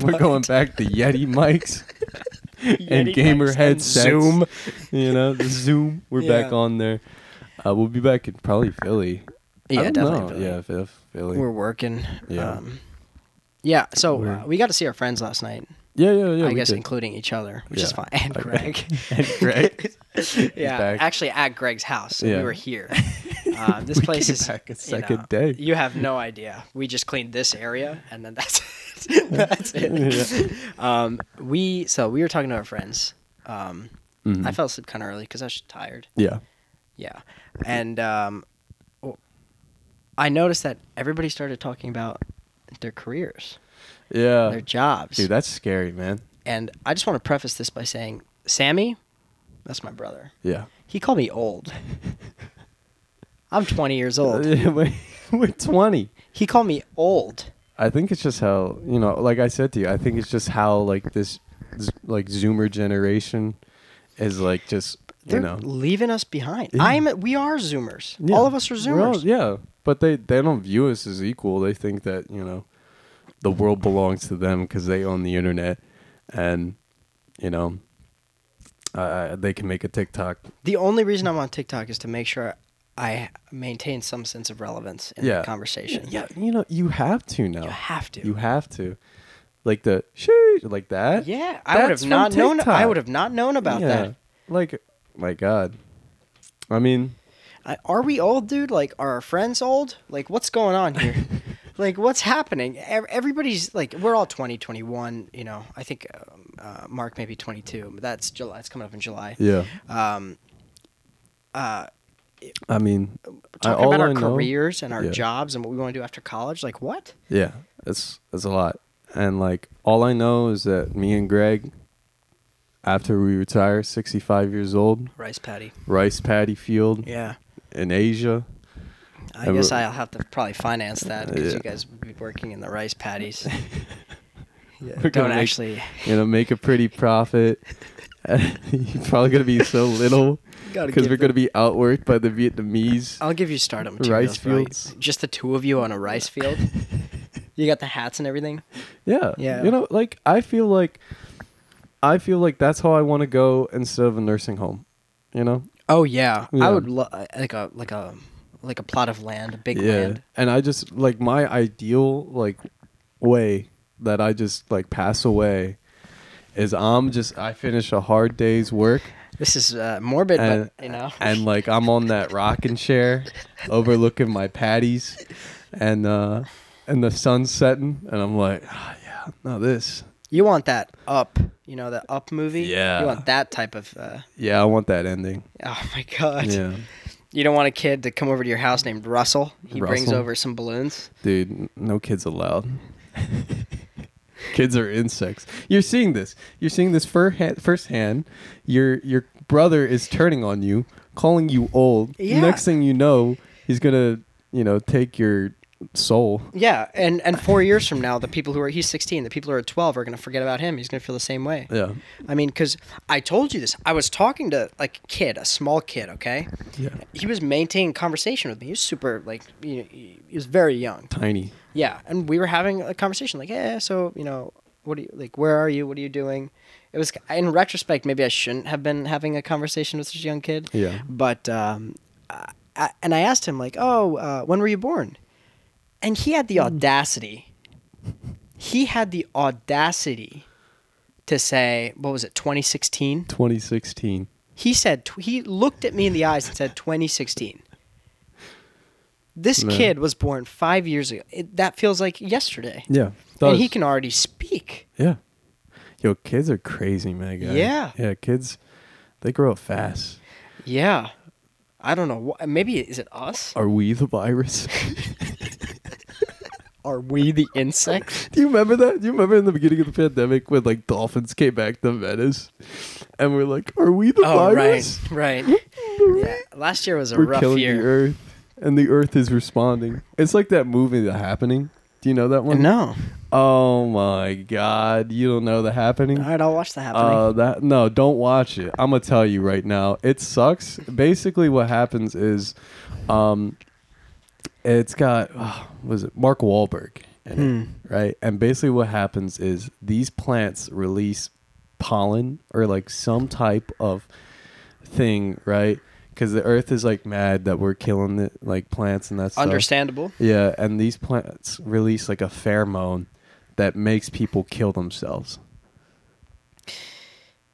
S4: we're going back to Yeti mics and
S1: Yeti
S4: gamer
S1: mics and
S4: headsets.
S1: Zoom.
S4: You know, the Zoom. We're back
S1: Yeah.
S4: on there. Uh, we'll be back in probably Philly. I
S1: Yeah,
S4: don't
S1: definitely
S4: know.
S1: Philly.
S4: Yeah, Phil- Philly.
S1: We're working.
S4: Yeah.
S1: Um, yeah. So uh,
S4: We're-
S1: we got to see our friends last night.
S4: Yeah, yeah, yeah.
S1: I
S4: we
S1: guess
S4: did.
S1: including each other, which is
S4: Yeah.
S1: fine. And
S4: Okay.
S1: Greg.
S4: and Greg.
S1: yeah,
S4: back.
S1: actually at Greg's house. and
S4: Yeah.
S1: We were here. Um, this
S4: We
S1: place
S4: came
S1: is
S4: back a
S1: you
S4: second
S1: know,
S4: day.
S1: You have no idea. We just cleaned this area, and then that's it. that's it. Um, we so we were talking to our friends. Um,
S4: Mm-hmm.
S1: I fell asleep kind of early because I was tired.
S4: Yeah.
S1: Yeah, and um, w- I noticed that everybody started talking about their careers,
S4: Yeah.
S1: their jobs,
S4: Uh, Dude, that's scary, man.
S1: and I just want to preface this by saying, Sammy, that's my brother.
S4: Yeah.
S1: He called me old. I'm 20 years old.
S4: We're we're 20.
S1: He called me old.
S4: I think it's just how, you know, like I said to you, I think it's just how like this z- like zoomer generation is like just,
S1: They're
S4: you know.
S1: leaving us behind.
S4: Yeah.
S1: I'm. We are Zoomers.
S4: Yeah.
S1: All of us are
S4: We're all-
S1: Zoomers.
S4: yeah. But they they don't view us as equal. They think that, you know, the world belongs to them cuz they own the internet and you know, uh, they can make a TikTok
S1: The only reason I'm on TikTok is to make sure I maintain some sense of relevance in
S4: yeah.
S1: the conversation.
S4: Yeah, you know, you have to now. You
S1: have to.
S4: You have to. Like the shoo, like that.
S1: Yeah, I would
S4: That's
S1: have not
S4: from
S1: known. I
S4: TikTok.
S1: would have not known about
S4: Yeah.
S1: that.
S4: Like, my God. I mean,
S1: I, are we old, dude? Like, are our friends old? Like, what's going on here? like, what's happening? Ev- Everybody's like, we're all 20, 21, You know, I think um, uh, Mark maybe twenty two. But that's July. It's coming up in July.
S4: yeah.
S1: Um, uh,
S4: I mean, I,
S1: talking
S4: all
S1: about our
S4: I know-
S1: careers and our
S4: yeah.
S1: jobs and what we want to do after college. Like, what?
S4: Yeah, it's it's a lot. And like, all I know is that me and Greg, after we retire, sixty-five years old,
S1: Rice patty.
S4: rice paddy field
S1: Yeah.
S4: in Asia.
S1: I
S4: I
S1: guess
S4: re- Uh,
S1: I'll have to probably finance that because
S4: Yeah.
S1: you guys would be working in the rice patties. Yeah,
S4: We're
S1: don't
S4: gonna make-
S1: actually.
S4: You know, make a pretty profit. You're probably gonna be so little
S1: Gotta Oh,
S4: because
S1: give
S4: we're
S1: them-
S4: gonna be outworked by the Vietnamese.
S1: I'll give you startup materials.
S4: Rice
S1: bro.
S4: fields.
S1: Just the two of you on a rice field. you got the hats and everything.
S4: Yeah.
S1: Yeah.
S4: You know, like I feel like I feel like that's how I want to go instead of a nursing home. You know?
S1: Oh yeah,
S4: Yeah.
S1: I would lo- like a like a like a plot of land, a big land.
S4: And I just like my ideal like way that I just like pass away is I'm just I finish a hard day's work
S1: This is uh, morbid,
S4: and
S1: but you know.
S4: and like I'm on that rocking chair overlooking my patties and uh and the sun's setting and I'm like, ah, yeah, no this.
S1: you want that up, you know, the up movie.
S4: Yeah.
S1: You want that type of. Uh,
S4: Yeah, I want that ending.
S1: oh my god.
S4: Yeah.
S1: You don't want a kid to come over to your house named Russell. He brings
S4: Russell?
S1: over some balloons.
S4: Dude, n- no kids allowed. kids are insects. You're seeing this. You're seeing this fir- ha- firsthand. Your your brother is turning on you, calling you old.
S1: Yeah.
S4: Next thing you know, he's gonna you know take your soul.
S1: Yeah, and and four years from now, the people who are he's sixteen, the people who are twelve are gonna forget about him. He's gonna feel the same way.
S4: Yeah.
S1: I mean, because I told you this. I was talking to like a kid, a small kid, okay?
S4: Yeah.
S1: He was maintaining conversation with me. He was super, like, you know, he he was very young.
S4: Tiny.
S1: Yeah. And we were having a conversation, like, yeah, so, you know, what do you, like, where are you? What are you doing? It was, in retrospect, maybe I shouldn't have been having a conversation with such a young kid.
S4: Yeah.
S1: But, um, I, I- and I asked him, like, oh, uh, when were you born? And he had the audacity. He had the audacity to say, what was it, 2016?
S4: 2016.
S1: He said, tw- he looked at me in the eyes and said, 2016. This
S4: Man.
S1: kid was born five years ago. It, that feels like yesterday.
S4: Yeah.
S1: And
S4: does.
S1: he can already speak.
S4: Yeah. Yo, kids are crazy, man. guys.
S1: Yeah.
S4: Yeah, kids, they grow up fast.
S1: Yeah. I don't know. wh- Maybe is it us?
S4: Are we the virus?
S1: Are we the insects?
S4: Do you remember that? Do you remember in the beginning of the pandemic when like dolphins came back to Venice, and we're like, "Are we the
S1: Oh,
S4: virus?
S1: right, right. Yeah. Last year was a
S4: We're
S1: rough
S4: killing the
S1: year.
S4: Earth, and the Earth is responding." It's like that movie, The Happening. Do you know that one?
S1: No.
S4: Oh my God, you don't know The Happening?
S1: All right, I'll watch that happening.
S4: Uh, that no, don't watch it. I'm gonna tell you right now, it sucks. Basically, what happens is, um, it's got ah, what was it Mark Wahlberg in it, right? And basically, what happens is these plants release pollen or like some type of thing, right? Because the Earth is like mad that we're killing the like plants and that stuff.
S1: Understandable.
S4: Yeah, and these plants release like a pheromone that makes people kill themselves.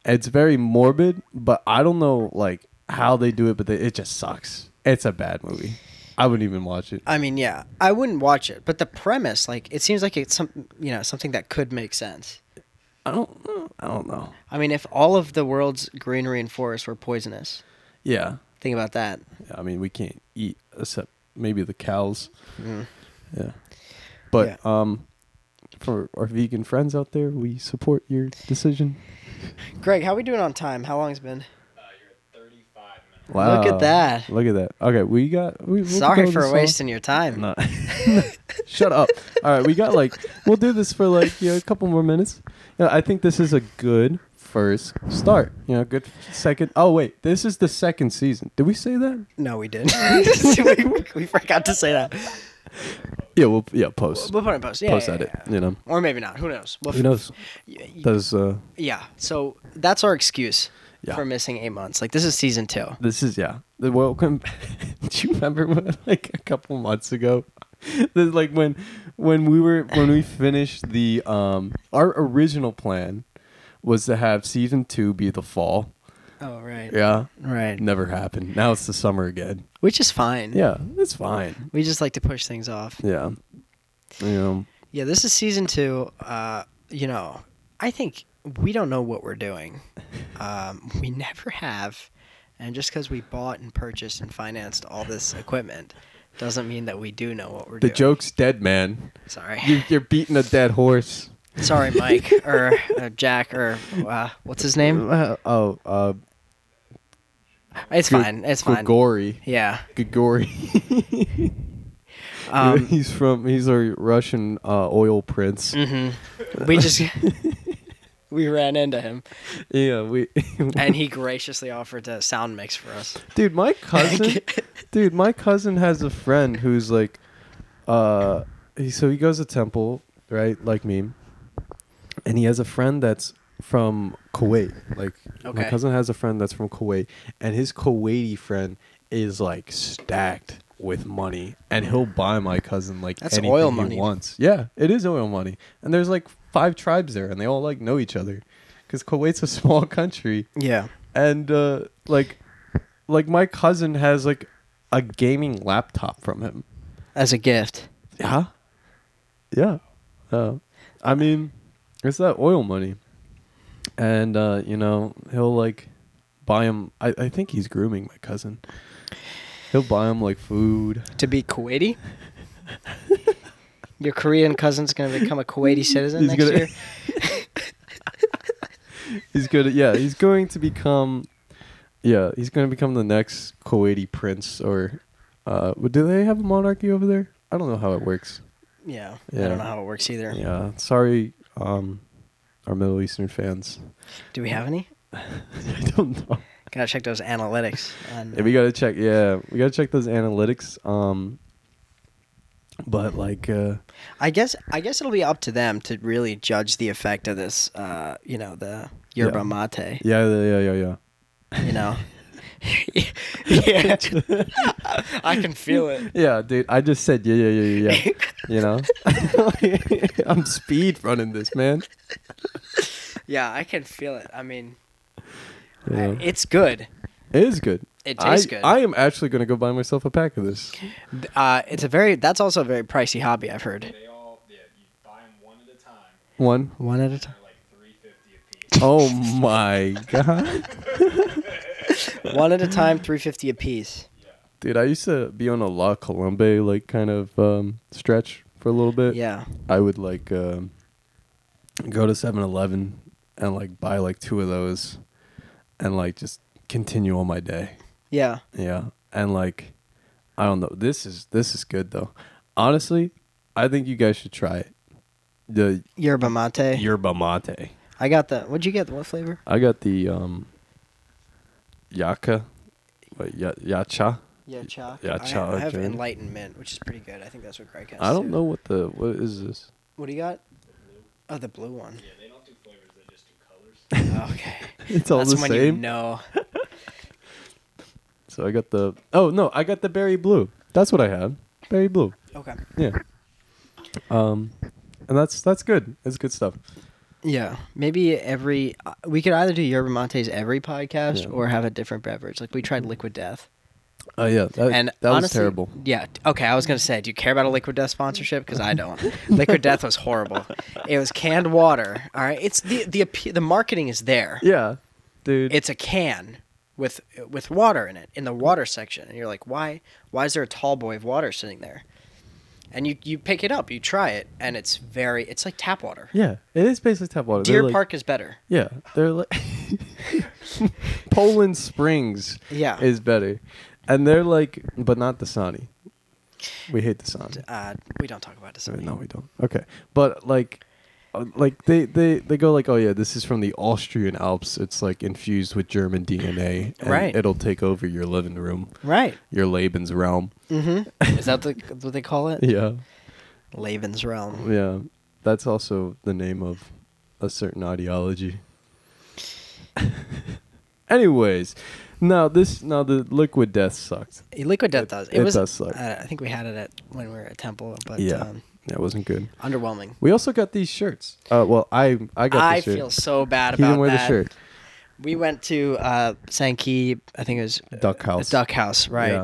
S4: It's very morbid, but I don't know like how they do it, but they, it just sucks. It's a bad movie. I wouldn't even watch it.
S1: I mean, yeah, I wouldn't watch it, but the premise, like, it seems like it's some, you know, something that could make sense.
S4: I don't. I don't know.
S1: I mean, if all of the world's greenery and forests were poisonous,
S4: Yeah.
S1: think about that.
S4: Yeah, I mean, we can't eat except maybe the cows.
S1: Mm.
S4: Yeah. But um, for our vegan friends out there, we support your decision.
S1: Greg, how we doing on time? How long's it been?
S4: Wow.
S1: Look at that.
S4: Look at that. Okay, we got. We, we'll
S1: Sorry
S4: go
S1: for
S4: this long.
S1: wasting your time.
S4: No. Shut up. All right, we got like we'll do this for like you know, a couple more minutes. You know, I think this is a good first start. You know, good second. Oh wait, this is the second season. Did we say that?
S1: No, we didn't. we, we forgot to say that.
S4: Yeah, we'll yeah post
S1: We'll put it in post. Yeah,
S4: post
S1: yeah,
S4: edit.
S1: yeah.
S4: You know,
S1: Or maybe not. Who knows? We'll
S4: who knows?
S1: y- y-
S4: Does uh.
S1: Yeah. So that's our excuse
S4: Yeah.
S1: for missing eight months. Like this is season two.
S4: This is yeah. The welcome. Do you remember when, like a couple months ago? This, like when when we were when we finished the um our original plan was to have season two be the fall.
S1: Oh right.
S4: Yeah.
S1: Right.
S4: Never happened. Now it's the summer again.
S1: Which is fine.
S4: Yeah, it's fine.
S1: We just like to push things off.
S4: Yeah. You know,
S1: Yeah, this is season two. Uh, you know, I think we don't know what we're doing. Um, we never have. And just because we bought and purchased and financed all this equipment doesn't mean that we do know what we're
S4: the
S1: doing.
S4: joke's dead, man.
S1: Sorry.
S4: You're, you're beating a dead horse.
S1: Sorry, Mike or uh, Jack or uh, what's his name?
S4: Uh, oh, uh,
S1: It's fine. It's fine.
S4: Grigori.
S1: Yeah.
S4: Grigori.
S1: Um, Mm.
S4: he's from. He's a Russian uh, oil prince.
S1: mm-hmm. we just we ran into him,
S4: Yeah, we.
S1: and he graciously offered to sound mix for us.
S4: dude, my cousin. dude, my cousin has a friend who's like, uh, he, so he goes to temple, right? Like me, and he has a friend that's from Kuwait. Like my
S1: Okay.
S4: cousin has a friend that's from Kuwait, and his Kuwaiti friend is like stacked with money, and he'll buy my cousin like
S1: That's
S4: anything
S1: oil
S4: he
S1: money.
S4: wants. Yeah, it is oil money, and there's like five tribes there, and they all like know each other, because Kuwait's a small country
S1: Yeah.
S4: and uh, like like my cousin has like a gaming laptop from him
S1: As a gift.
S4: yeah yeah uh, i mean it's that oil money and uh, you know he'll like buy him I, I think he's grooming my cousin he'll buy him like food
S1: to be Kuwaiti? Your Korean cousin's gonna become a Kuwaiti citizen
S4: He's
S1: next
S4: gonna-
S1: year.
S4: he's gonna yeah he's going to become yeah he's going to become the next kuwaiti prince or uh, do they have a monarchy over there i don't know how it works
S1: Yeah, I
S4: Yeah.
S1: don't know how it works either.
S4: Yeah, sorry, um, our Middle Eastern fans.
S1: Do we have any?
S4: I don't know.
S1: Gotta check those analytics. on-
S4: Yeah, we gotta check. Yeah, we gotta check those analytics. Um, but like, uh,
S1: I guess I guess it'll be up to them to really judge the effect of this. Uh, you know the yerba
S4: Yeah.
S1: mate.
S4: yeah, yeah, yeah, yeah.
S1: You know. yeah,
S4: Yeah,
S1: I can feel it.
S4: yeah dude. I just said yeah, yeah, yeah, yeah. yeah. you know, I'm speed running this man.
S1: Yeah, I can feel it. I mean, I-
S4: Yeah.
S1: it's good.
S4: It is good.
S1: It tastes
S4: I,
S1: good.
S4: I am actually gonna go buy myself a pack of this.
S1: Uh, it's a very that's also a very pricey hobby. I've heard.
S7: They all, yeah, you buy them one at a time,
S4: One.
S1: One at a time.
S7: like 350 a piece.
S4: Oh my god.
S1: One at a time, three fifty a piece.
S4: Dude, I used to be on a La Colombe like kind of um, stretch for a little bit.
S1: Yeah.
S4: I would like um, go to 7-Eleven and like buy like two of those and like just continue on my day.
S1: Yeah.
S4: Yeah. And like I don't know. This is this is good though. Honestly, I think you guys should try it. The
S1: Yerba mate.
S4: yerba mate.
S1: I got the. What'd you get? What flavor?
S4: I got the um yaka what, ya- yacha.
S1: Yeah, cha.
S4: Yeah, cha,
S1: I, I have
S4: Jane.
S1: enlightenment, which is pretty good. I think that's what Greg has.
S4: I don't
S1: too.
S4: know what the what is this?
S1: What do you got? Oh, the blue one.
S7: Yeah, they don't do flavors, they just do colors.
S1: Okay.
S4: It's all
S1: that's
S4: the
S1: when
S4: same.
S1: you know.
S4: So I got the oh no, I got the berry blue. That's what I had. Berry blue.
S1: Okay.
S4: Yeah. Um, and that's that's good. It's good stuff.
S1: Yeah, maybe every uh, we could either do yerba mates every podcast
S4: Yeah.
S1: or have a different beverage. Like we tried liquid death,
S4: Oh yeah, that,
S1: and
S4: that was
S1: honestly-
S4: terrible.
S1: Yeah. t- Okay, I was gonna say, do you care about a liquid death sponsorship? Because I don't. liquid death was horrible. It was canned water. All right, it's the the appe- the marketing is there.
S4: Yeah, dude.
S1: It's a can with with water in it in the water section, and you're like, why why is there a tall boy of water sitting there? And you you pick it up, you try it, and it's very it's like tap water.
S4: yeah, it is basically tap water. They're
S1: Deer
S4: like-
S1: Park is better.
S4: Yeah, they're like Poland Springs.
S1: Yeah.
S4: is better, and they're like, but not Dasani. We hate Dasani.
S1: Uh, we don't talk about this.
S4: Uh, No, we don't. Okay, but like, uh, like they they they go like, oh yeah, this is from the Austrian Alps. It's like infused with German DNA, and
S1: Right.
S4: It'll take over your living room,
S1: Right.
S4: your Lebensraum.
S1: Is that the, what they call it?
S4: Yeah,
S1: Laven's Realm.
S4: yeah. That's also the name of a certain ideology. Anyways, now this now the liquid death sucked.
S1: Liquid Death does. It,
S4: it
S1: was.
S4: does suck.
S1: Uh, I think we had it at when we were at Temple, but
S4: yeah,
S1: um,
S4: that wasn't good.
S1: underwhelming.
S4: We also got these shirts. Uh, well, I I got.
S1: I
S4: this shirt.
S1: feel so bad
S4: He
S1: about
S4: didn't wear
S1: that.
S4: the shirt.
S1: We went to uh, Sankey. I think it was
S4: Duck
S1: a
S4: House.
S1: Duck House, right?
S4: Yeah.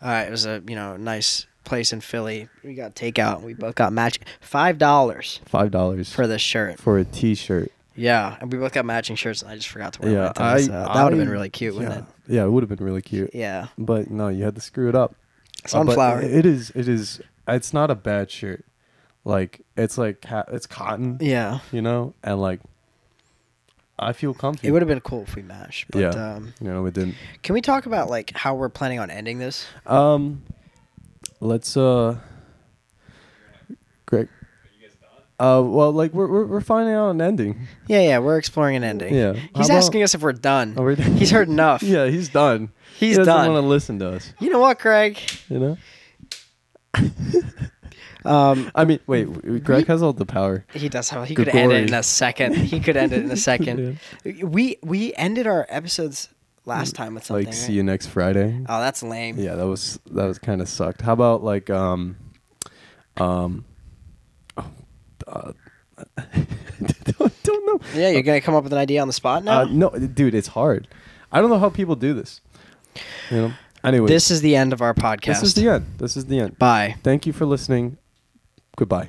S1: Uh, it was a you know nice place in Philly. We got takeout. and We both got matching five dollars
S4: Five dollars
S1: for this shirt.
S4: for a T-shirt.
S1: Yeah, and we both got matching shirts, and I just forgot to wear
S4: yeah,
S1: mine.
S4: I,
S1: So that would have been
S4: I-
S1: really cute,
S4: Yeah,
S1: wouldn't it?
S4: yeah, it would have been really cute.
S1: Yeah.
S4: But no, you had to screw it up. Uh, but
S1: Sunflower.
S4: it is. It is. It's not a bad shirt. Like it's like ha- it's cotton.
S1: Yeah.
S4: You know, and like I feel comfy.
S1: It would have been cool if we matched, but
S4: yeah.
S1: um,
S4: you know, it didn't.
S1: Can we talk about like how we're planning on ending this?
S4: Um, let's uh, Greg. Uh, well, like we're we're, we're finding out an ending.
S1: Yeah, yeah, we're exploring an ending.
S4: Yeah. How
S1: He's
S4: about-
S1: asking us if we're done.
S4: Are we done?
S1: He's heard enough.
S4: Yeah, he's done.
S1: He's
S4: he doesn't
S1: done.
S4: want to listen to us.
S1: You know what, Craig?
S4: You know.
S1: Um,
S4: I mean, wait. w- Greg has all the power.
S1: he does have. He could
S4: Gregory.
S1: end it in a second. He could end it in a second. We we ended our episodes last time with something.
S4: Like,
S1: right?
S4: see you next Friday.
S1: Oh, that's lame.
S4: Yeah, that was that was kind of sucked. How about like um, um, oh, uh, don't, don't know.
S1: Yeah, you're gonna come up with an idea on the spot now.
S4: Uh, no, dude, it's hard. I don't know how people do this. You know. Anyway,
S1: this is the end of our podcast.
S4: this is the end. This is the end.
S1: Bye.
S4: Thank you for listening. Goodbye.